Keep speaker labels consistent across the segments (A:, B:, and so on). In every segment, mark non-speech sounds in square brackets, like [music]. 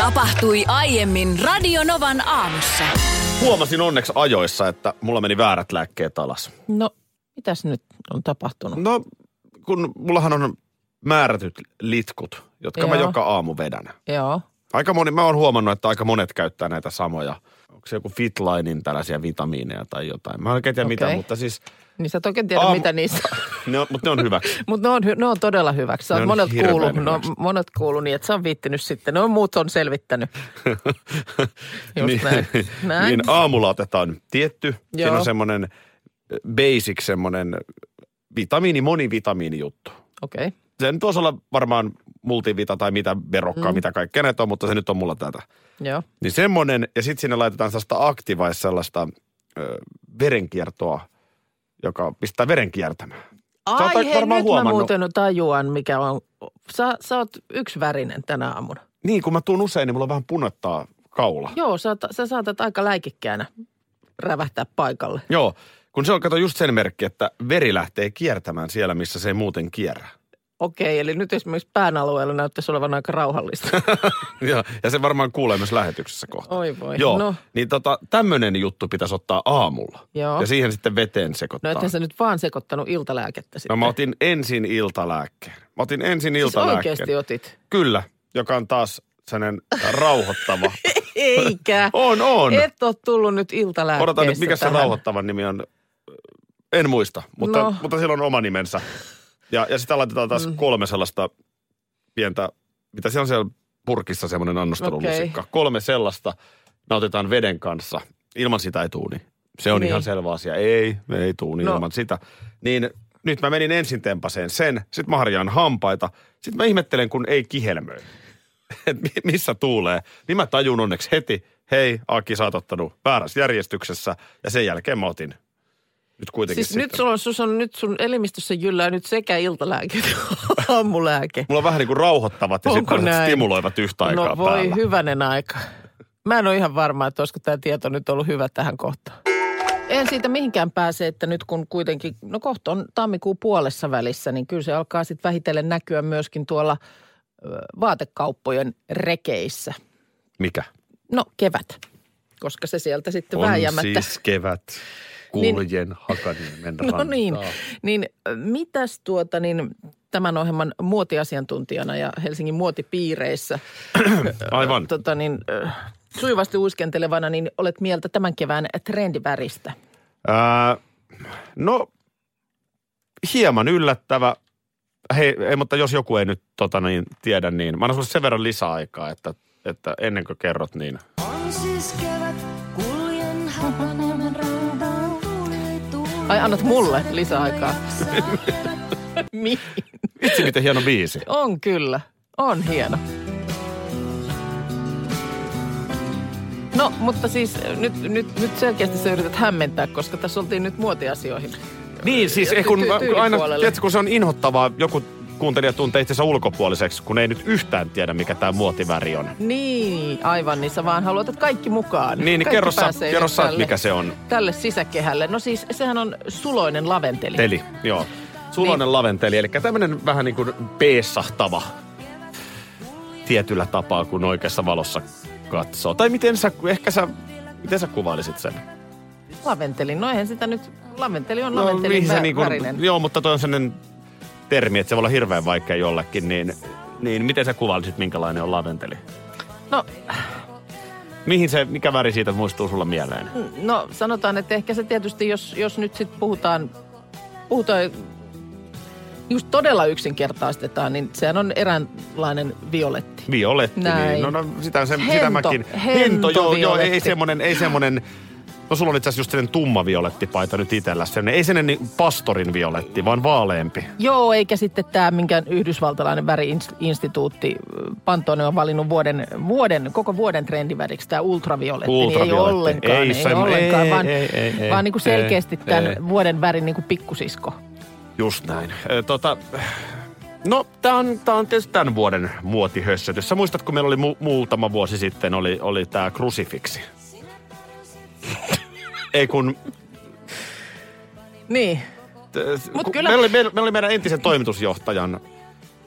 A: Tapahtui aiemmin Radionovan aamussa.
B: Huomasin onneksi ajoissa, että mulla meni väärät lääkkeet alas.
C: No, mitäs nyt on tapahtunut?
B: No, kun mullahan on määrätyt litkut, jotka Joo. mä
C: Joo.
B: joka aamu vedän.
C: Joo.
B: Aika moni, mä oon huomannut, että aika monet käyttää näitä samoja. Onko se joku Fitlinein tällaisia vitamiineja tai jotain? Mä en oikein tiedä okay. mitä,
C: Okei.
B: mutta siis
C: Niin sä et oikein tiedä,
B: Aamu-
C: mitä niissä on. [laughs]
B: ne on, mutta ne on hyväksi.
C: Mutta ne, on hy- ne on todella hyväksi. Sä
B: Ne
C: oot
B: on
C: monet
B: hirveän
C: kuullut, no,
B: hyväksi.
C: monet kuullut niin, että sä oot viittinyt sitten. No muut on selvittänyt. [laughs] Just näin.
B: [laughs]
C: näin.
B: niin aamulla otetaan tietty. Joo. Siinä on
C: Joo.
B: semmoinen basic semmoinen vitamiini, monivitamiinijuttu.
C: Okei. Okay.
B: Se nyt voisi olla varmaan multivita tai mitä verokkaa, mm. mitä kaikkea näitä on, mutta se nyt on mulla tätä.
C: Joo.
B: Niin semmoinen, ja sitten sinne laitetaan sellaista aktivais sellaista ö, verenkiertoa, joka pistää veren kiertämään. oot
C: Ai hei,
B: varmaan
C: nyt mä
B: huomannut.
C: muuten tajuan, mikä on. Sä, sä oot yksivärinen tänä aamuna.
B: Niin, kun mä tuun usein, niin mulla vähän punottaa kaula. Joo.
C: Joo, sä, oot- sä saatat aika läikikkäänä rävähtää paikalle.
B: Joo, kun se on, kato just sen merkki, että veri lähtee kiertämään siellä, missä se ei muuten kierrä.
C: Okei, eli nyt esimerkiksi pään alueella näyttäisi olevan aika
B: [laughs]
C: rauhallista.
B: ja, ja se varmaan kuulee myös lähetyksessä kohta.
C: Oi voi.
B: Joo,
C: No.
B: niin tota, tämmöinen juttu pitäisi ottaa aamulla.
C: Joo.
B: Ja siihen sitten veteen
C: No
B: sekoittaa.
C: ethän sä nyt vaan sekoittanut iltalääkettä sitten.
B: no mä otin ensin iltalääkkeen. Mä otin ensin
C: siis
B: iltalääkkeen.
C: oikeasti otit.
B: Kyllä, joka on taas sellainen rauhoittava. [laughs]
C: Eikä.
B: on, [laughs] on.
C: Et ole tullut nyt iltalääkkeessä
B: Odotan nyt, mikä se
C: tähän.
B: rauhoittavan nimi on. En muista, mutta,
C: No.
B: mutta sillä on oma nimensä. Ja, ja sitä laitetaan taas kolme sellaista pientä, mitä siellä on siellä purkissa semmoinen annostelulusikka. Okay. Kolme sellaista nautitaan veden kanssa. Ilman sitä ei tuuni. Se on niin.
C: Niin.
B: ihan selvä asia. Ei, ei tuuni no.
C: No.
B: ilman sitä. Niin nyt mä menin ensin tempaseen sen, sit mä harjaan hampaita. Sitten mä ihmettelen, kun ei kihelmöi. Et mi- missä tuulee. Niin mä tajun onneksi heti, hei Aki, sä oot ottanut väärässä järjestyksessä. Ja sen jälkeen mä otin. Nyt kuitenkin
C: Siis
B: sitten.
C: nyt, sulla on, sus on, nyt sun elimistössä jyllää nyt sekä iltalääke että [laughs] aamulääke.
B: Mulla on vähän niin kuin rauhoittavat ja
C: Onko
B: sitten
C: näin?
B: stimuloivat yhtä aikaa
C: No voi
B: päällä.
C: hyvänen aika. Mä en ole ihan varma, että olisiko tämä tieto nyt ollut hyvä tähän kohtaan. En siitä mihinkään pääse, että nyt kun kuitenkin, no kohta on tammikuun puolessa välissä, niin kyllä se alkaa sitten vähitellen näkyä myöskin tuolla ö, vaatekauppojen rekeissä.
B: Mikä?
C: No kevät, koska se sieltä sitten
B: On
C: vääjäämättä.
B: siis kevät.
C: Niin-
B: Kuljen Hakaniemen
C: [laughs] No
B: rantaa.
C: niin, niin ö, mitäs tuota niin tämän ohjelman muotiasiantuntijana ja Helsingin muotipiireissä
B: Aivan.
C: tota niin, ö, sujuvasti uiskentelevana, niin olet mieltä tämän kevään trendiväristä. [laughs]
B: Ää, Äh, no, hieman yllättävä. Hei, ei, mutta jos joku ei nyt tota, niin, tiedä, niin mä annan sulle sen verran lisäaikaa, että, että ennen kuin kerrot, niin
D: On siis kevät, kuljen Hakaniemen rantaan. Tuuli, tuuli,
C: Ai annat mulle lisäaikaa.
D: saavat
C: Mihin?
B: vitsi miten hieno biisi.
C: On kyllä, on hieno. No, mutta siis ö, nyt, nyt, nyt selkeästi sä yrität hämmentää, koska tässä oltiin nyt muotiasioihin.
B: Niin, siis
C: Ja
B: eh, kun,
C: ty-
B: mä- aina,
C: tyylipuolelle.
B: tiedätkö, kun se on inhottavaa, joku kuuntelija tuntee itsensä ulkopuoliseksi, kun ei nyt yhtään tiedä, mikä tämä muotiväri on.
C: Niin, aivan, niin sä vaan haluat, että kaikki mukaan.
B: Niin, niin
C: kaikki
B: kerro sä,
C: pääsee
B: kerro
C: nyt
B: sä
C: tälle-
B: mikä se on.
C: Tälle sisäkehälle. No siis, sehän on suloinen laventeli.
B: Teli, joo. Suloinen niin. laventeli, eli tämmöinen vähän niin kuin peessahtava tietyllä tapaa, kun oikeassa valossa katsoo. Tai miten sä, ehkä sä, miten sä kuvailisit sen?
C: Laventeli, no eihän sitä nyt, laventeli on laventelin no,
B: se
C: vä-
B: niin
C: niin
B: kuin-
C: värinen.
B: joo, mutta toi on sellainen termi, että se voi olla hirveän vaikea jollekin, niin, niin miten sä kuvailisit, minkälainen on laventeli?
C: No,
B: Mihin se, mikä väri siitä muistuu sulla mieleen?
C: no sanotaan, että ehkä se tietysti, jos, jos nyt sitten puhutaan, puhutaan, just todella yksinkertaistetaan, niin sehän on eräänlainen violetti.
B: Violetti,
C: Näin.
B: niin. No, no sitä, se,
C: Hento.
B: sitä mäkin.
C: Hento
B: joo, joo, ei
C: violetti.
B: semmonen, ei semmonen No sulla on itse asiassa just sellainen tumma violettipaita nyt itellä. Sen, ei sen niin pastorin violetti, vaan vaaleempi.
C: Joo, eikä sitten tämä minkään yhdysvaltalainen väriinstituutti äh, Pantone on valinnut vuoden, vuoden koko vuoden trendiväriksi tämä ultravioletti. Niin ei
B: Ultravioletti.
C: ollenkaan,
B: Ei
C: ei,
B: se-
C: ollenkaan,
B: ei,
C: vaan,
B: ei, ei, ei,
C: vaan niin kuin
B: ei,
C: selkeästi tämän
B: ei.
C: vuoden värin niin kuin pikkusisko.
B: Just näin. Ö, Tota, no, tämä on, tää on tietysti tämän vuoden muotihössötys. Sä muistat, kun meillä oli mu- muutama vuosi sitten, oli, oli tämä krusifiksi. Ei kun...
C: Niin,
B: t-
C: Mut
B: kun
C: kyllä-
B: Meillä oli, meillä, meillä oli meidän entisen toimitusjohtajan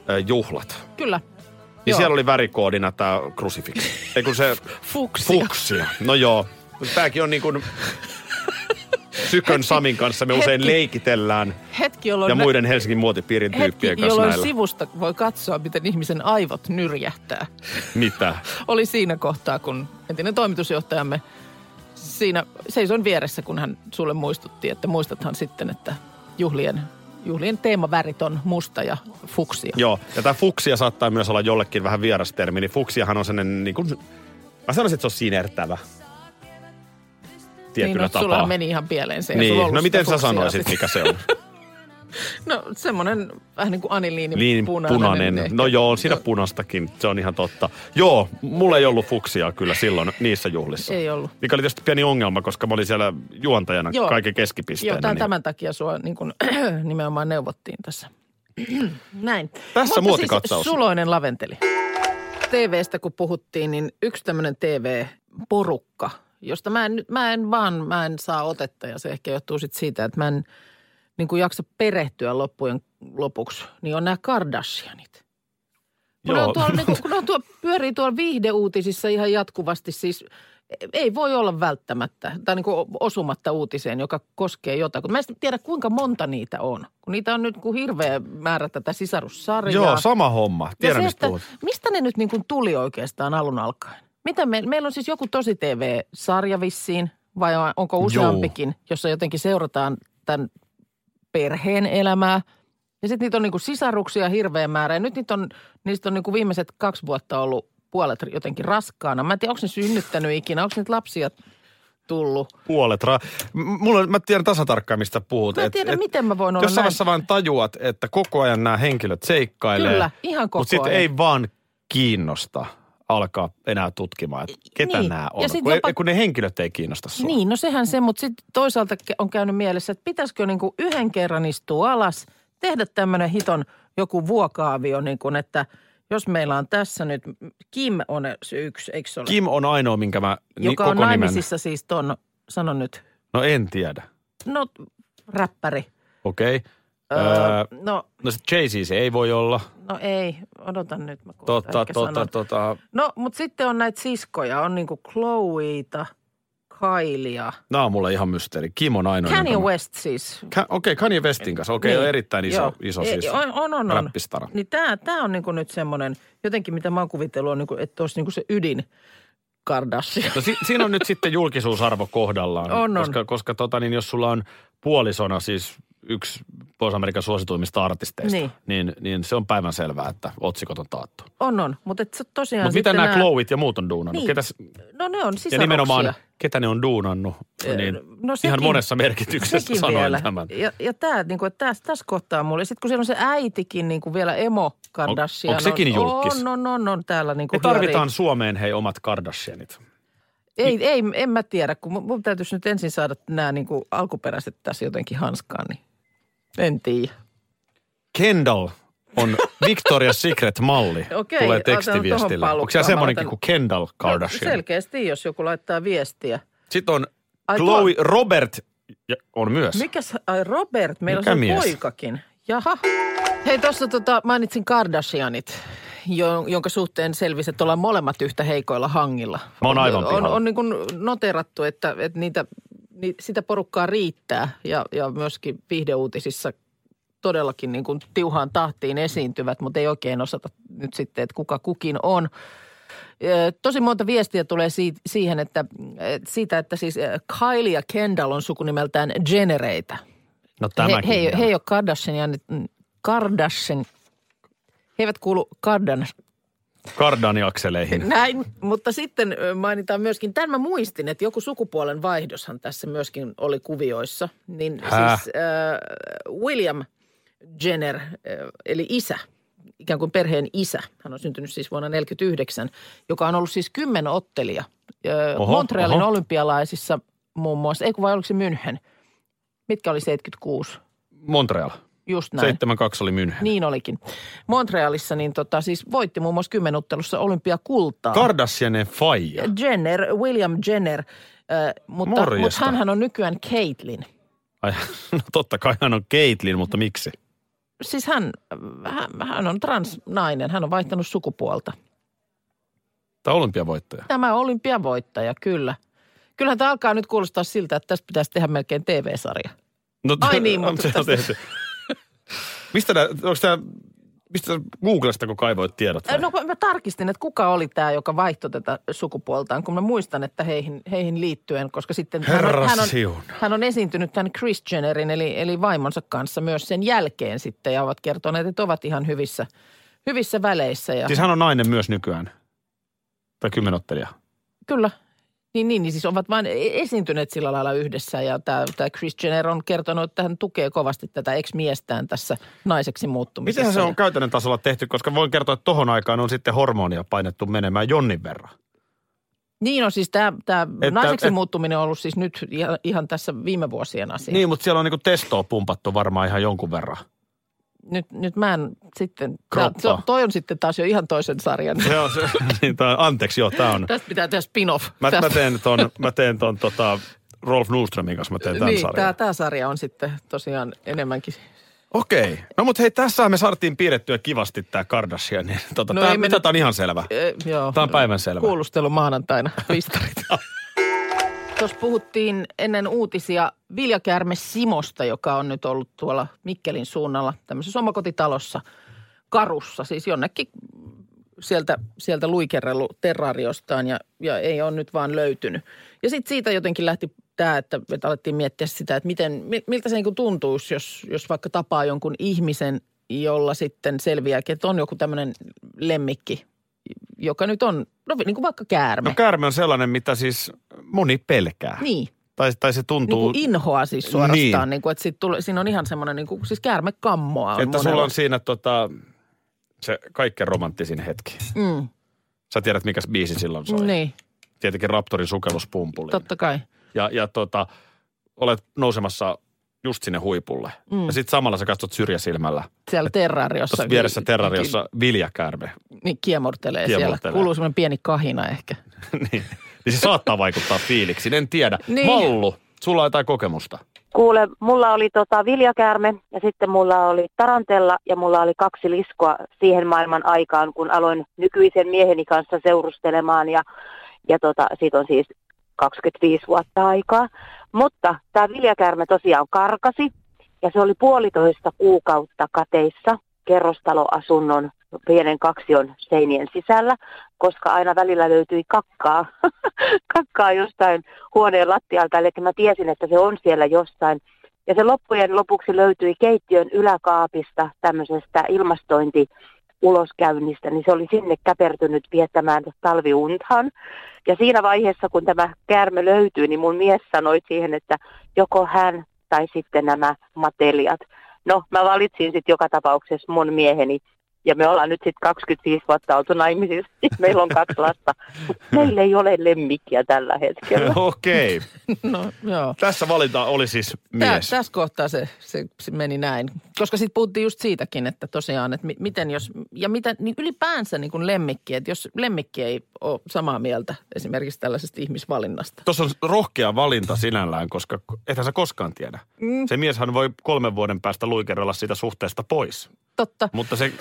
B: ö, juhlat.
C: kyllä.
B: Niin
C: Joo.
B: siellä oli värikoodina tämä krusifiksi.
C: [laughs]
B: Ei kun se...
C: Fuksia.
B: Fuksia. No joo. Tämäkin on niin
C: [laughs]
B: kuin... Sykön Samin kanssa me usein
C: Hetki.
B: leikitellään.
C: Hetki, jolloin,
B: ja
C: nä-
B: muiden Helsingin muotipiirin tyyppien
C: hetki,
B: kanssa
C: jolloin
B: näillä.
C: sivusta voi katsoa, miten ihmisen aivot nyrjähtää.
B: Mitä?
C: Oli siinä kohtaa, kun entinen toimitusjohtajamme siinä seisoin vieressä, kun hän sulle muistutti, että muistathan sitten, että juhlien, juhlien teemavärit on musta ja fuksia.
B: Joo, ja tämä fuksia saattaa myös olla jollekin vähän vieras termi, niin fuksiahan on sellainen niin kuin, mä sanoisin, että se on sinertävä.
C: niin,
B: Tietyllä
C: no,
B: tapaa.
C: sulla meni ihan pieleen se. ja sulla
B: niin,
C: ollut
B: no miten
C: sitä
B: sä
C: fuksia
B: sanoisit,
C: sitten.
B: mikä se on?
C: No semmoinen vähän niin kuin aniliini
B: Niin, punainen.
C: ehkä.
B: No joo, on siinä punastakin, se on ihan totta. Joo, mulla ei ollut fuksia kyllä silloin niissä juhlissa.
C: Ei ollut.
B: Mikä oli tietysti pieni ongelma, koska mä olin siellä juontajana
C: Joo.
B: kaiken keskipisteenä.
C: Joo, tämän,
B: niin-
C: tämän takia sua niin kuin, [clears throat] nimenomaan neuvottiin tässä. [clears throat] Näin.
B: Tässä
C: Mutta
B: muotikatsaus.
C: Siis suloinen laventeli. TVstä kun puhuttiin, niin yksi tämmöinen TV-porukka, josta mä en, mä en vaan, mä en saa otetta ja se ehkä johtuu sit siitä, että mä en niin kuin jaksa perehtyä loppujen lopuksi, niin on nämä Kardashianit. Kun, ne,
B: Joo.
C: on tuolla, niin kun ne on tuolla, pyörii tuolla viihdeuutisissa ihan jatkuvasti, siis ei voi olla välttämättä tai niin kuin osumatta uutiseen, joka koskee jotakin. Mä en tiedä, kuinka monta niitä on, kun niitä on nyt kuin hirveä määrä tätä sisarussarjaa.
B: Joo, sama homma.
C: Ja
B: Tiedän,
C: se,
B: mistä
C: että
B: puhut.
C: mistä ne nyt niin kuin tuli oikeastaan alun alkaen? Mitä me, meillä on siis joku tosi TV-sarja vissiin, vai on- onko useampikin, jossa jotenkin seurataan tämän perheen elämää. Ja sitten niitä on niinku sisaruksia hirveä määrä. Ja nyt niitä on, niistä on niinku viimeiset kaksi vuotta ollut puolet jotenkin raskaana. Mä en tiedä, onko ne synnyttänyt ikinä, onko niitä lapsia tullut.
B: puolet. Ra- M- Mulla, mä tiedän tasatarkkaan, mistä puhut.
C: Mä en tiedä, miten mä voin olla
B: Jossain
C: näin.
B: vaiheessa vaan tajuat, että koko ajan nämä henkilöt seikkailee.
C: Kyllä, ihan koko
B: Mutta sitten
C: ajan.
B: ei vaan kiinnosta alkaa enää tutkimaan, että ketä
C: Niin,
B: nämä
C: ja
B: on.
C: sit
B: kun, ei-
C: jopa-
B: kun ne henkilöt ei kiinnosta sua.
C: Niin, no sehän se, mutta sitten toisaalta ke- on käynyt mielessä, että pitäisikö niinku yhden kerran istua alas, tehdä tämmöinen hiton joku vuokaavio, niin kuin, että jos meillä on tässä nyt, Kim on se yksi, eikö se ole?
B: Kim on ainoa, minkä mä ni-
C: joka on
B: koko nimen...
C: naimisissa siis ton, sano nyt,
B: No en tiedä.
C: no räppäri.
B: Okei. Okay.
C: Öö,
B: Öö,
C: no,
B: no se Jay-Z se ei voi olla. Tota,
C: no ei, odotan nyt. Mä kohta
B: Totta,
C: ehkä
B: totta,
C: sanon.
B: totta.
C: No, mutta sitten on näitä siskoja, on niinku Chloeita, Kailia,
B: Nämä on mulle ihan mysteeri. Kim on ainoa.
C: Kanye
B: jonka mä-
C: West siis.
B: Ka- Okei, Kanye Westin kanssa. Okei,
C: Niin.
B: okay, erittäin iso,
C: Joo.
B: iso
C: Ei,
B: siis
C: On, on, on. on.
B: räppistara.
C: Niin tämä, tämä on niinku nyt semmoinen, jotenkin mitä mä oon kuvitellut, on niinku, että olisi niinku se ydin Kardashian.
B: [laughs] No si- siinä on nyt sitten julkisuusarvo kohdallaan.
C: On, on.
B: Koska, koska tota, niin jos sulla on puolisona siis yksi Pohjois-Amerikan suosituimmista artisteista,
C: Niin.
B: niin, niin, niin se on päivän selvää, että otsikot on taattu.
C: On, on. Mutta et se tosiaan
B: Mutta mitä
C: sitten
B: nämä Chloeit ja muut on duunannut?
C: Niin,
B: Ketäs,
C: No ne on
B: ja
C: sisaruksia.
B: nimenomaan, ketä ne on duunannut? Niin,
C: no sekin-
B: ihan monessa merkityksessä
C: Sekin
B: sanoin
C: vielä.
B: tämän.
C: Ja, ja tämä, niinku, että tässä, tässä kohtaa mulle. Sitten kun siellä on se äitikin niinku vielä emo Kardashian.
B: onko sekin
C: on,
B: julkis?
C: On, on, on, on täällä niinku
B: Me tarvitaan Suomeen hei omat Kardashianit.
C: Ei, ei, en mä tiedä, kun mun- mun täytyisi nyt ensin saada nämä niin kuin alkuperäiset tässä jotenkin hanskaan, niin en tiedä.
B: Kendall
C: [laughs]
B: on Victoria's Secret-malli.
C: Okei,
B: Tulee
C: otan tuohon
B: tekstiviestillä. Onko
C: palkkaan.
B: siellä
C: Mä
B: semmoinenkin
C: otan-
B: kuin Kendall Kardashian?
C: No, selkeästi, jos joku laittaa viestiä.
B: Sitten on
C: Ai,
B: Chloe Robert ja on myös.
C: Mikäs, ai Robert, meillä
B: Mikä
C: on se
B: mies?
C: poikakin. Jaha. Hei, tuossa tota, mainitsin Kardashianit, jo- jonka suhteen selvisi, että ollaan molemmat yhtä heikoilla hangilla.
B: Mä oon aivan
C: On, on,
B: pihalla.
C: on niin kuin noterattu, että, että niitä, ni, sitä porukkaa riittää ja, ja myöskin viihdeuutisissa todellakin niin kuin tiuhaan tahtiin esiintyvät, mutta ei oikein osata nyt sitten, että kuka kukin on. Ö, Tosi monta viestiä tulee si- siihen, että et siitä, että siis ö, Kylie ja Kendall on sukunimeltään Genereitä.
B: No
C: He,
B: tämäkin.
C: he, ei-
B: vielä.
C: he ei ole Kardashian, Kardashian, he eivät kuulu Kardan,
B: Kardaniakseleihin.
C: [laughs] Näin, mutta sitten ö, mainitaan myöskin, tämän mä muistin, että joku sukupuolen vaihdoshan tässä myöskin oli kuvioissa. Niin
B: Häh?
C: siis äh, William Jenner, äh, eli isä, ikään kuin perheen isä, hän on syntynyt siis vuonna 1949, joka on ollut siis kymmenottelija äh,
B: Oho,
C: Montrealin
B: oho.
C: olympialaisissa muun muassa, ei kun vai oliko se München? Mitkä oli 76?
B: Montreal.
C: Just näin.
B: 72 oli München.
C: Niin olikin. Montrealissa niin tota, siis voitti muun muassa kymmenottelussa olympiakultaa.
B: Kardashianen faija.
C: Jenner, William Jenner, äh, mutta,
B: Morjesta.
C: mutta hänhän on nykyään Caitlyn.
B: Ai, [laughs] no totta kai hän on Caitlyn, mutta miksi?
C: Siis hän, hän, hän on transnainen, hän on vaihtanut sukupuolta.
B: Tämä olympiavoittaja.
C: Tämä olympiavoittaja, kyllä. Kyllähän tämä alkaa nyt kuulostaa siltä, että tästä pitäisi tehdä melkein TV-sarja.
B: No, [laughs]
C: Ai niin, mutta
B: se on
C: tästä-
B: tehty. Mistä nää, onko tää, mistä Googlesta kun kaivoit tiedot? vai?
C: No kun mä tarkistin, että kuka oli tämä, joka vaihtoi tätä sukupuoltaan, kun mä muistan, että heihin, heihin liittyen, koska sitten hän on,
B: Herra
C: hän, on,
B: siunaa.
C: hän on esiintynyt tämän Chris Jennerin eli, eli vaimonsa kanssa myös sen jälkeen sitten ja ovat kertoneet, että ovat ihan hyvissä, hyvissä väleissä. Ja...
B: Siis hän on nainen myös nykyään. Tai kymmenottelija.
C: Kyllä. Niin, niin, niin siis ovat vain esiintyneet sillä lailla yhdessä ja tämä, tämä Chris Jenner on kertonut, että hän tukee kovasti tätä ex-miestään tässä naiseksi muuttumisessa.
B: Miten se
C: Ja-
B: on käytännön tasolla tehty? Koska voin kertoa, että tohon aikaan on sitten hormonia painettu menemään jonnin verran.
C: Niin on siis tämä, tämä
B: Että-
C: naiseksi
B: et-
C: muuttuminen on ollut siis nyt ihan, ihan tässä viime vuosien asia.
B: Niin, mutta siellä on niinku testoa pumpattu varmaan ihan jonkun
C: [laughs]
B: verran.
C: Nyt, nyt mä en sitten, tää,
B: Kroppaa.
C: se on, toi on sitten taas jo ihan toisen sarjan.
B: Se on se. [laughs] niin, tää, anteeksi, joo, tämä on.
C: [laughs] Tästä pitää tehdä spin-off.
B: Mä,
C: Tästä-
B: mä teen ton, mä teen ton tota, Rolf Nordströmin kanssa, mä teen tämän
C: niin,
B: sarjan.
C: tämä, tämä sarja on sitten tosiaan enemmänkin.
B: Okei. No mutta hei, tässä me saatiin piirrettyä kivasti tämä Kardashian. Niin, tota,
C: No
B: no
C: ei
B: tämä,
C: me
B: mitä
C: nyt-
B: tämä on ihan selvä?
C: Eh, joo.
B: Tää on päivänselvä.
C: Kuulustelu maanantaina, [laughs] pistarit. Tuossa puhuttiin ennen uutisia Viljakäärme Simosta, joka on nyt ollut tuolla Mikkelin suunnalla tämmöisessä omakotitalossa karussa, siis jonnekin sieltä, sieltä luikerrellu terrariostaan ja, ja ei ole nyt vaan löytynyt. Ja sitten siitä jotenkin lähti tämä, että, että alettiin miettiä sitä, että miten, mi- miltä se niin tuntuisi, jos, jos vaikka tapaa jonkun ihmisen, jolla sitten selviääkin, että on joku tämmöinen lemmikki, joka nyt on, no niin kuin vaikka käärme.
B: No käärme on sellainen, mitä siis moni pelkää.
C: niin.
B: Tai, tai se
C: Niin
B: tuntuu,
C: kuin inhoa siis suorastaan, niin.
B: Niin.
C: Niin kuin, että sit tule, siinä on ihan semmoinen, niin kuin, siis käärmekammoa on
B: että sulla
C: monella.
B: on siinä tota, se kaikkein romanttisin hetki.
C: Mm.
B: Sä tiedät, mikä biisi silloin soi.
C: Niin,
B: Tietenkin Raptorin sukelluspumpuli.
C: totta kai.
B: Ja, ja tota, olet nousemassa just sinne huipulle.
C: Mm.
B: Mm. Ja sitten samalla sä katsot syrjäsilmällä.
C: Siellä terrariossa.
B: Tuossa vieressä terrariossa viljakäärme.
C: Niin kiemurtelee, siellä.
B: Kiemurtelee.
C: Kuuluu semmoinen pieni kahina ehkä.
B: [laughs] niin. niin se saattaa vaikuttaa fiiliksiin, en tiedä.
C: Niin.
B: Niin. Mallu, sulla on jotain kokemusta.
E: Kuule, mulla oli tota viljakäärme ja sitten mulla oli tarantella ja mulla oli kaksi liskoa siihen maailman aikaan, kun aloin nykyisen mieheni kanssa seurustelemaan ja, ja tota, siitä on siis 25 vuotta aikaa. Mutta tämä viljakäärme tosiaan karkasi ja se oli puolitoista kuukautta kateissa kerrostaloasunnon pienen kaksion seinien sisällä, koska aina välillä löytyi kakkaa, [laughs] kakkaa jostain huoneen lattialta, eli mä tiesin, että se on siellä jossain. Ja se loppujen lopuksi löytyi keittiön yläkaapista tämmöisestä ilmastointi uloskäynnistä, niin se oli sinne käpertynyt viettämään talviuntahan. Ja siinä vaiheessa, kun tämä käärme löytyi, niin mun mies sanoi siihen, että joko hän tai sitten nämä mateliat. No, mä valitsin sitten joka tapauksessa mun mieheni. Ja me ollaan nyt sitten 25 vuotta oltu naimisissa. Meillä on kaksi lasta. Mut Meillä ei ole lemmikkiä tällä hetkellä.
B: [laughs] Okei. Okay.
C: No joo.
B: Tässä valinta oli siis
C: Tää,
B: mies.
C: tässä kohtaa se, se, se meni näin. Koska sitten puhuttiin just siitäkin, että tosiaan, että mi, miten jos, ja mitä, niin ylipäänsä niin kuin lemmikki, että jos lemmikki ei ole samaa mieltä esimerkiksi tällaisesta ihmisvalinnasta.
B: Tuossa on rohkea valinta sinällään, koska ethän sä koskaan tiedä. Mm. Se mieshän voi kolmen vuoden päästä luikerella siitä suhteesta pois.
C: Totta.
B: Mutta se äh,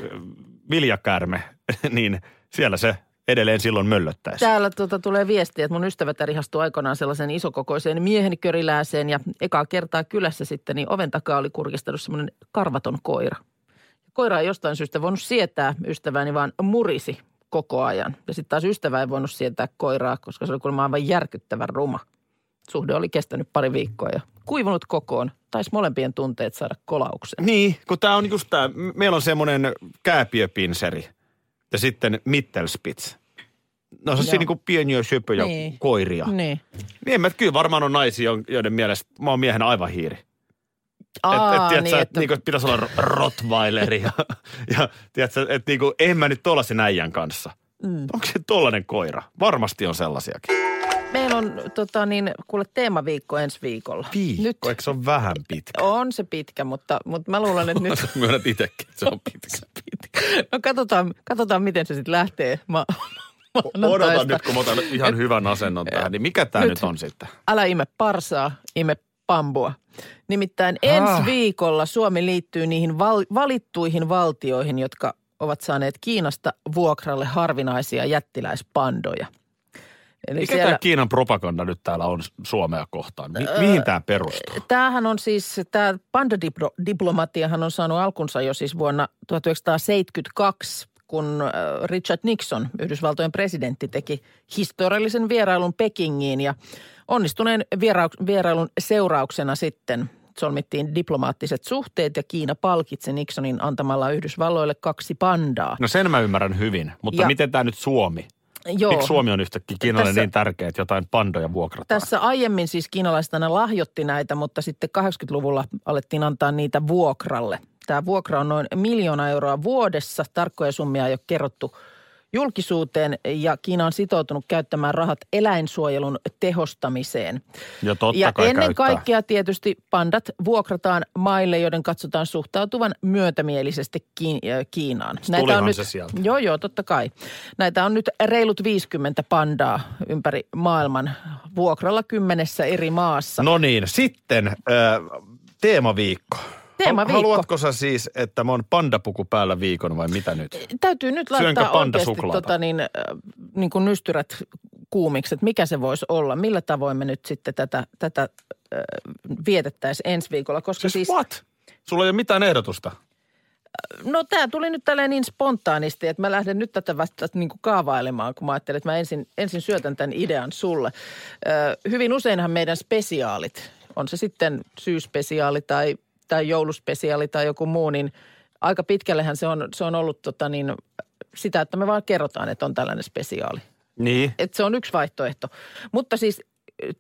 B: viljakäärme, [laughs] niin siellä se edelleen silloin möllöttäisi.
C: Täällä tuota, tulee viestiä, että mun ystävät rihastui aikoinaan sellaiseen isokokoiseen miehen körilääseen ja ekaa kertaa kylässä sitten, niin oven takaa oli kurkistanut semmoinen karvaton koira. Koira ei jostain syystä voinut sietää ystävääni, vaan murisi koko ajan. Ja sitten taas ystävä ei voinut sietää koiraa, koska se oli kuulemma aivan järkyttävän ruma. Suhde oli kestänyt pari viikkoa ja kuivunut kokoon. Taisi molempien tunteet saada kolauksen.
B: Niin, kun tämä on just tämä, meillä on semmoinen kääpiöpinseri, ja sitten mittelspitz. No se on
C: Joo.
B: siinä niin kuin pieniä söpöjä
C: Niin.
B: koiria. Niin.
C: Niin.
B: niin mä, kyllä varmaan on naisia, joiden mielestä mä oon miehenä aivan hiiri.
C: Aa,
B: et, et, tiedätkö,
C: niin,
B: että... niinku, et pitäisi olla ro- rottweileri ja, ja tiedätkö, et, niinku, en mä nyt olla sen äijän kanssa. Mm. Onko se tollainen koira? Varmasti on sellaisiakin.
C: Meillä on tota, niin, kuule teemaviikko ensi viikolla. Nyt
B: eikö se ole vähän pitkä?
C: on se pitkä, mutta, mutta mä luulen, [laughs] että nyt...
F: [laughs] Myönnät itsekin, että se on pitkä.
C: No katsotaan, katsotaan miten se sitten lähtee. Ma-
B: Odotan
C: maanantaista.
B: nyt, kun mä otan ihan hyvän asennon tähän, niin mikä tämä nyt.
C: No Nyt.
B: nyt on sitten?
C: Älä ime parsaa, ime pambua. Nimittäin ensi
B: Ah.
C: viikolla Suomi liittyy niihin val- valittuihin valtioihin, jotka ovat saaneet Kiinasta vuokralle harvinaisia jättiläispandoja. Eli
B: Mikä tämä Kiinan propaganda nyt täällä on Suomea kohtaan? Mi- mihin tämä perustuu?
C: Tämähän on siis, tämä pandadiplomatiahan on saanut alkunsa jo siis vuonna 1972, kun äh, Richard Nixon, Yhdysvaltojen presidentti, teki historiallisen vierailun Pekingiin ja onnistuneen viera- vierailun seurauksena sitten solmittiin diplomaattiset suhteet ja Kiina palkitsi Nixonin antamalla Yhdysvalloille kaksi pandaa.
B: No sen mä ymmärrän hyvin, mutta ja.
C: Ja-
B: miten tämä nyt Suomi?
C: Joo.
B: Miksi Suomi on yhtäkkiä Kiinalle
C: Tässä-
B: niin tärkeä, että jotain pandoja vuokrataan?
C: Tässä aiemmin siis kiinalaiset aina lahjotti näitä, mutta sitten 80-luvulla alettiin antaa niitä vuokralle. Tämä vuokra on noin miljoona euroa vuodessa. Tarkkoja summia ei ole kerrottu julkisuuteen ja Kiina on sitoutunut käyttämään rahat eläinsuojelun tehostamiseen.
B: Ja totta
C: ja
B: kai
C: ennen
B: käyttää.
C: kaikkea tietysti pandat vuokrataan maille, joiden katsotaan suhtautuvan myötämielisesti Kiin- äh, Kiinaan.
B: tulihan
C: on nyt,
B: se sieltä.
C: Joo, joo, totta kai. Näitä on nyt reilut 50 pandaa ympäri maailman vuokralla kymmenessä eri maassa.
B: No niin, sitten äh, teemaviikko.
C: Teemaviikko.
B: Haluatko sä siis, että mä oon pandapuku päällä viikon vai mitä nyt?
C: Täytyy nyt
B: Syönkö
C: laittaa
B: panda
C: oikeasti
B: suklaata?
C: tota, niin, äh, niin kuin nystyrät kuumiksi, että mikä se voisi olla. Millä tavoin me nyt sitten tätä, tätä äh, vietettäisiin ensi viikolla, koska siis,
B: what? Sulla ei ole mitään ehdotusta.
C: no tämä tuli nyt tälleen niin spontaanisti, että mä lähden nyt tätä vasta niin kuin kaavailemaan, kun mä ajattelin, että mä ensin, ensin syötän tämän idean sulle. Ö, hyvin useinhan meidän spesiaalit, on se sitten syyspesiaali tai, tai jouluspesiaali tai joku muu, niin aika pitkällehän se on, se on ollut tota niin, sitä, että me vaan kerrotaan, että on tällainen spesiaali
B: Niin.
C: että se on yksi vaihtoehto. Mutta siis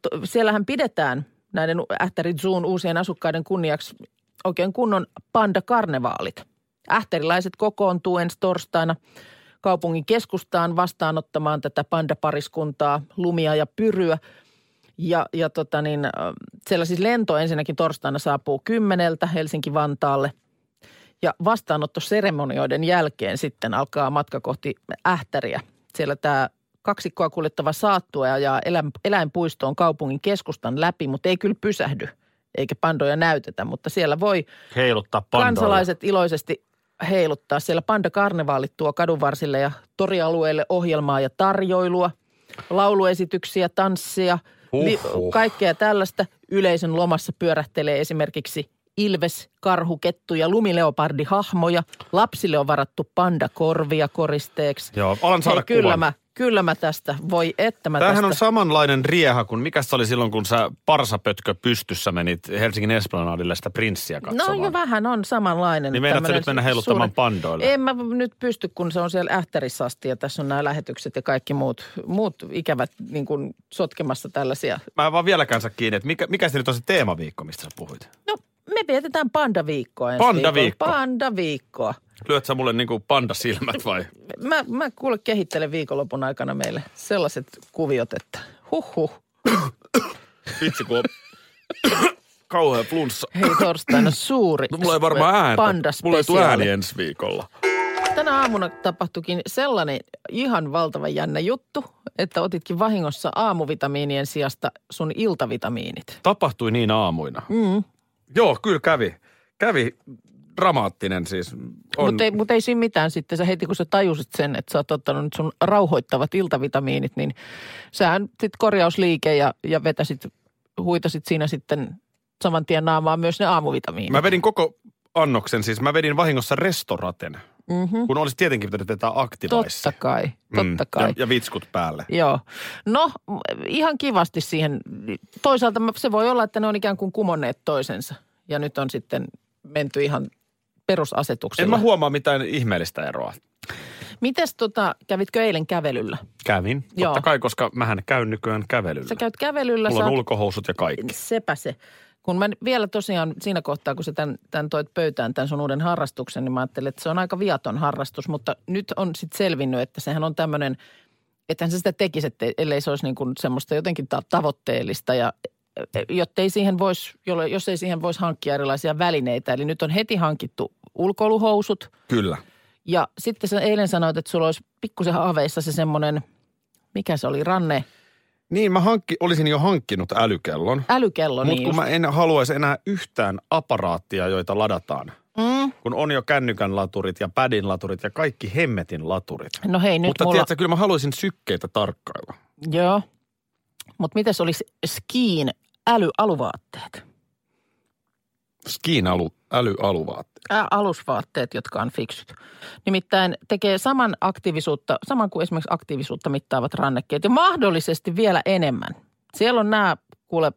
C: to, siellähän pidetään näiden Ähtäri Zoon uusien asukkaiden kunniaksi oikein kunnon pandakarnevaalit. Ähtäriläiset kokoontuu ensi torstaina kaupungin keskustaan vastaanottamaan tätä pandapariskuntaa, lumia ja pyryä. Ja, ja tota niin, äh, siellä siis lento ensinnäkin torstaina saapuu kymmeneltä Helsinki-Vantaalle. Ja vastaanottoseremonioiden jälkeen sitten alkaa matka kohti Ähtäriä. Siellä tämä kaksikkoa kuljettava saattua ja eläin- eläinpuisto on kaupungin keskustan läpi, mutta ei kyllä pysähdy eikä pandoja näytetä, mutta siellä voi
B: Heiluttaa pandoja.
C: kansalaiset iloisesti heiluttaa. Siellä pandakarnevaalit tuo kadunvarsille ja torialueille ohjelmaa ja tarjoilua, lauluesityksiä, tanssia, vi-
B: Huhhuh.
C: kaikkea tällaista. Yleisön lomassa pyörähtelee esimerkiksi ilves, karhu, kettu ja lumileopardihahmoja. Lapsille on varattu pandakorvia koristeeksi.
B: Joo, alan saada
C: Hei, kyllä
B: kuvan.
C: mä, kyllä mä tästä, voi että mä
B: Tämähän
C: tästä.
B: on samanlainen rieha kuin mikä se oli silloin, kun sä parsapötkö pystyssä menit Helsingin Esplanadille sitä prinssiä katsomaan.
C: No jo vähän on samanlainen.
B: Niin meinaat sä
C: tämmönen
B: nyt mennä heiluttamaan pandoille?
C: En mä nyt pysty, kun se on siellä ähtärissä asti ja tässä on nämä lähetykset ja kaikki muut, muut ikävät niin kuin sotkemassa tällaisia.
B: Mä en vaan vieläkään saa kiinni, että mikä, mikä se nyt on se teemaviikko, mistä sä puhuit?
C: No me vietetään pandaviikkoa ensi
B: Pandaviikko.
C: viikolla. Pandaviikkoa.
B: Lyöt sä mulle niinku pandasilmät vai?
C: Mä, mä kuule kehittelen viikonlopun aikana meille sellaiset kuviot, että huhhuh.
B: Vitsi, kun on [coughs] kauhea flunssa.
C: Hei
B: [clears throat]
C: torstaina suuri
B: No, mulla ei varmaan ääntä. Mulla ei tule
C: pandaspesiaali.
B: ääni ensi viikolla.
C: Tänä aamuna tapahtuikin sellainen ihan valtava jännä juttu, että otitkin vahingossa aamuvitamiinien sijasta sun iltavitamiinit.
B: Tapahtui niin aamuina. Mm. Joo, kyllä kävi. Kävi dramaattinen siis. On.
C: Mutta ei, mut ei siinä mitään sitten. Sä heti kun sä tajusit sen, että sä oot ottanut nyt sun rauhoittavat iltavitamiinit, niin sähän sitten korjausliike ja, ja vetäsit, huitasit siinä sitten saman tien naamaan myös ne aamuvitamiinit.
B: Mä vedin koko annoksen siis. Mä vedin vahingossa restoraten. Mm-hmm. Kun olisi tietenkin pitänyt tätä aktivaissa.
C: Mhm. Totta kai, totta kai.
B: Mm. Ja, ja vitskut päälle.
C: Joo. No, m- ihan kivasti siihen. Toisaalta mä- se voi olla, että ne on ikään kuin kumonneet toisensa. Ja nyt on sitten menty ihan perusasetuksella.
B: En mä huomaa mitään ihmeellistä eroa.
C: Mites tota, kävitkö eilen kävelyllä?
B: Kävin. Joo.
C: Joo.
B: Totta kai, koska mähän käyn nykyään kävelyllä.
C: Sä käyt kävelyllä,
B: Mulla
C: sä
B: on
C: oot-
B: ulkohousut ja kaikki.
C: Sepä se. Kun mä vielä tosiaan siinä kohtaa, kun sä tämän, tämän toit pöytään, tämän sun uuden harrastuksen, niin mä ajattelin, että se on aika viaton harrastus. Mutta nyt on sitten selvinnyt, että sehän on tämmöinen, ethän sä sitä tekisi, että ellei se olisi niin kuin semmoista jotenkin ta- tavoitteellista ja e, jottei siihen voisi, jolle- jos ei siihen voisi hankkia erilaisia välineitä. Eli nyt on heti hankittu ulkoiluhousut –
G: Kyllä.
C: ja sitten sä eilen sanoit, että sulla olisi pikkusen haaveissa se semmoinen, mikä se oli, ranne,
B: Niin, mä hankki, olisin jo hankkinut älykellon.
C: älykello.
B: Mutta
C: niin
B: kun
C: just.
B: mä en haluaisi enää yhtään aparaattia, joita ladataan.
C: Mm.
B: Kun on jo kännykän laturit ja pädin laturit ja kaikki hemmetin laturit.
C: No hei, nyt
B: Mutta
C: mulla...
B: tiedätkö, kyllä mä haluaisin sykkeitä tarkkailla.
C: Joo. Mutta mitäs olisi skiin älyaluvaatteet?
B: Skiin alu, Siis älyaluvaatteet.
C: Ä, alusvaatteet, jotka on fiksut. Nimittäin tekee saman aktiivisuutta, saman kuin esimerkiksi aktiivisuutta mittaavat rannekkeet ja mahdollisesti vielä enemmän. Siellä on nämä, kuule,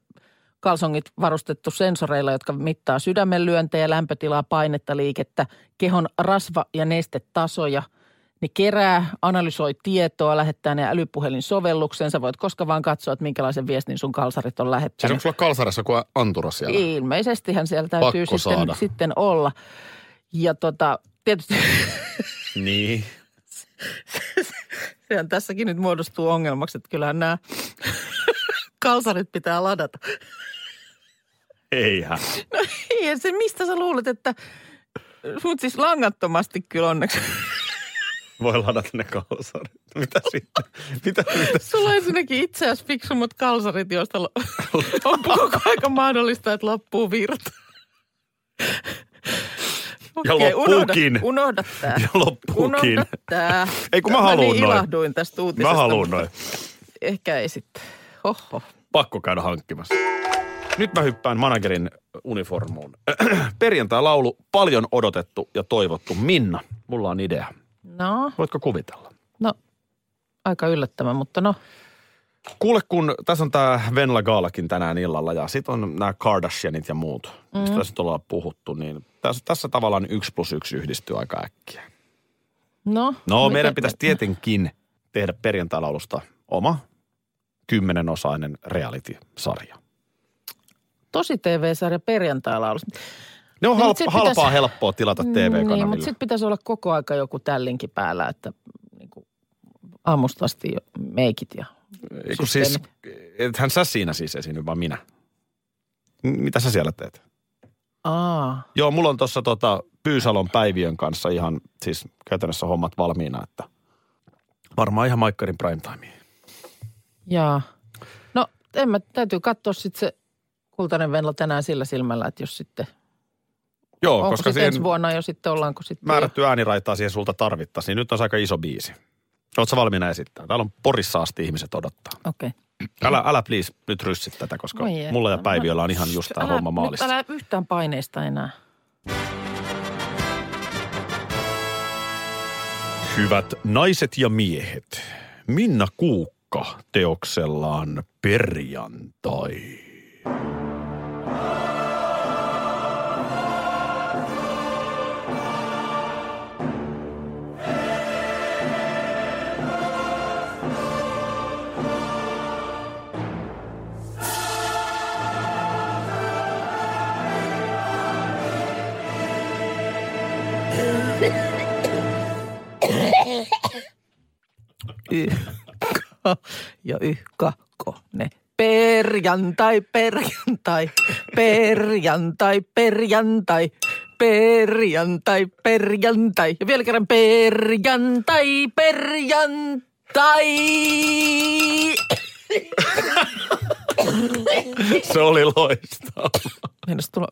C: kalsongit varustettu sensoreilla, jotka mittaa sydämen lyöntejä, lämpötilaa, painetta, liikettä, kehon rasva- ja nestetasoja. Ne kerää, analysoi tietoa, lähettää ne älypuhelin sovellukseen. Sä voit koska vaan katsoa, että minkälaisen viestin sun kalsarit on
F: Siis
C: lähettänyt.
F: onko sulla kalsarissa joku antura siellä?
C: Ilmeisestihän siellä täytyy
F: Pakko
C: sitten,
F: saada.
C: sitten olla. Ja tota, tietysti [laughs]
B: Niin.
C: sehän tässäkin nyt muodostuu ongelmaksi, että kyllähän nämä [laughs] kalsarit pitää ladata.
B: Eihän.
C: Ei se, mistä sä luulet, että... Mutta siis langattomasti kyllä onneksi. [laughs]
B: Voi ladata ne kalsarit. Mitä sitten? Mitä, mitä?
C: Sulla on ensinnäkin itse asiassa fiksummat kalsarit, joista lo- [laughs] on koko aika mahdollista, että loppuu virta.
B: Ja
C: Okei,
B: loppuukin.
C: Unohda, unohda tää.
B: Ja loppuukin.
C: Unohda tää.
B: [laughs] Ei, kun mä haluun
C: niin
B: noin.
C: ilahduin tästä uutisesta.
B: Mä haluun
C: mutta
B: noin.
C: Ehkä ei sitten. Oho.
B: Pakko käydä hankkimassa. Nyt mä hyppään managerin uniformuun. [clears throat] Perjantai-laulu, paljon odotettu ja toivottu. Minna, mulla on idea.
C: No,
B: Voitko kuvitella?
C: no aika yllättävä, mutta no.
B: Kuule, kun tässä on tämä Venla Gaalakin tänään illalla ja sitten on nämä Kardashianit ja muut, mm.
C: Mhm.
B: mistä tässä nyt ollaan puhuttu, niin tässä, tässä tavallaan yksi plus yksi yhdistyy aika äkkiä.
C: No,
B: No,
C: Mitä-
B: meidän pitäisi tietenkin tehdä perjantai-laulusta oma kymmenenosainen reality-sarja.
C: Tosi TV-sarja perjantai-laulusta.
B: Ne on
C: No,
B: no,
C: mut sit
B: halp- halpaa,
C: pitäis-
B: helppoa tilata
C: Niin,
B: TV-kanaville.
C: mutta sitten pitäisi olla koko aika joku tällinki päällä, että niin kuin aamusta asti jo meikit ja
B: Ei, kun siis, ethän sä siinä siis esiinny, vaan minä. M- Mitä sä siellä teet?
C: Aa,
B: Joo, mulla on tuossa tota Pyysalon Päiviön kanssa ihan siis käytännössä hommat valmiina, että varmaan ihan Maikkarin primetimeen.
C: jaa. No, en mä, täytyy katsoa sitten se kultainen Venla tänään sillä silmällä, että jos sitten,
B: Joo,
C: onko
B: koska
C: sitten ensi
B: siihen
C: vuonna jo sitten, ollaanko sitten jo.
B: määrätty ääniraitaa siihen sulta tarvittaisiin, niin nyt on se aika iso biisi. Oletko valmiina esittämään? Täällä on Porissa asti ihmiset odottaa.
C: Okei. Okay.
B: Älä, älä please nyt ryssi tätä, koska mulla ja Päiviöllä on ihan just tämä homma maalissa.
C: Älä yhtään paineista enää.
B: Hyvät naiset ja miehet, Minna Kuukka teoksellaan perjantai.
C: Yhka ja yhkakko ne. Perjantai, perjantai, perjantai, perjantai, perjantai, perjantai. Ja vielä kerran perjantai, perjantai.
B: Se oli loistava.
C: Meinas tulla.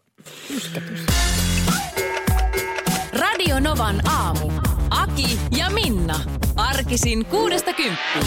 A: [laughs] Radio Novan aamu. Aki ja Minna. Arkisin kuudesta kymppiin.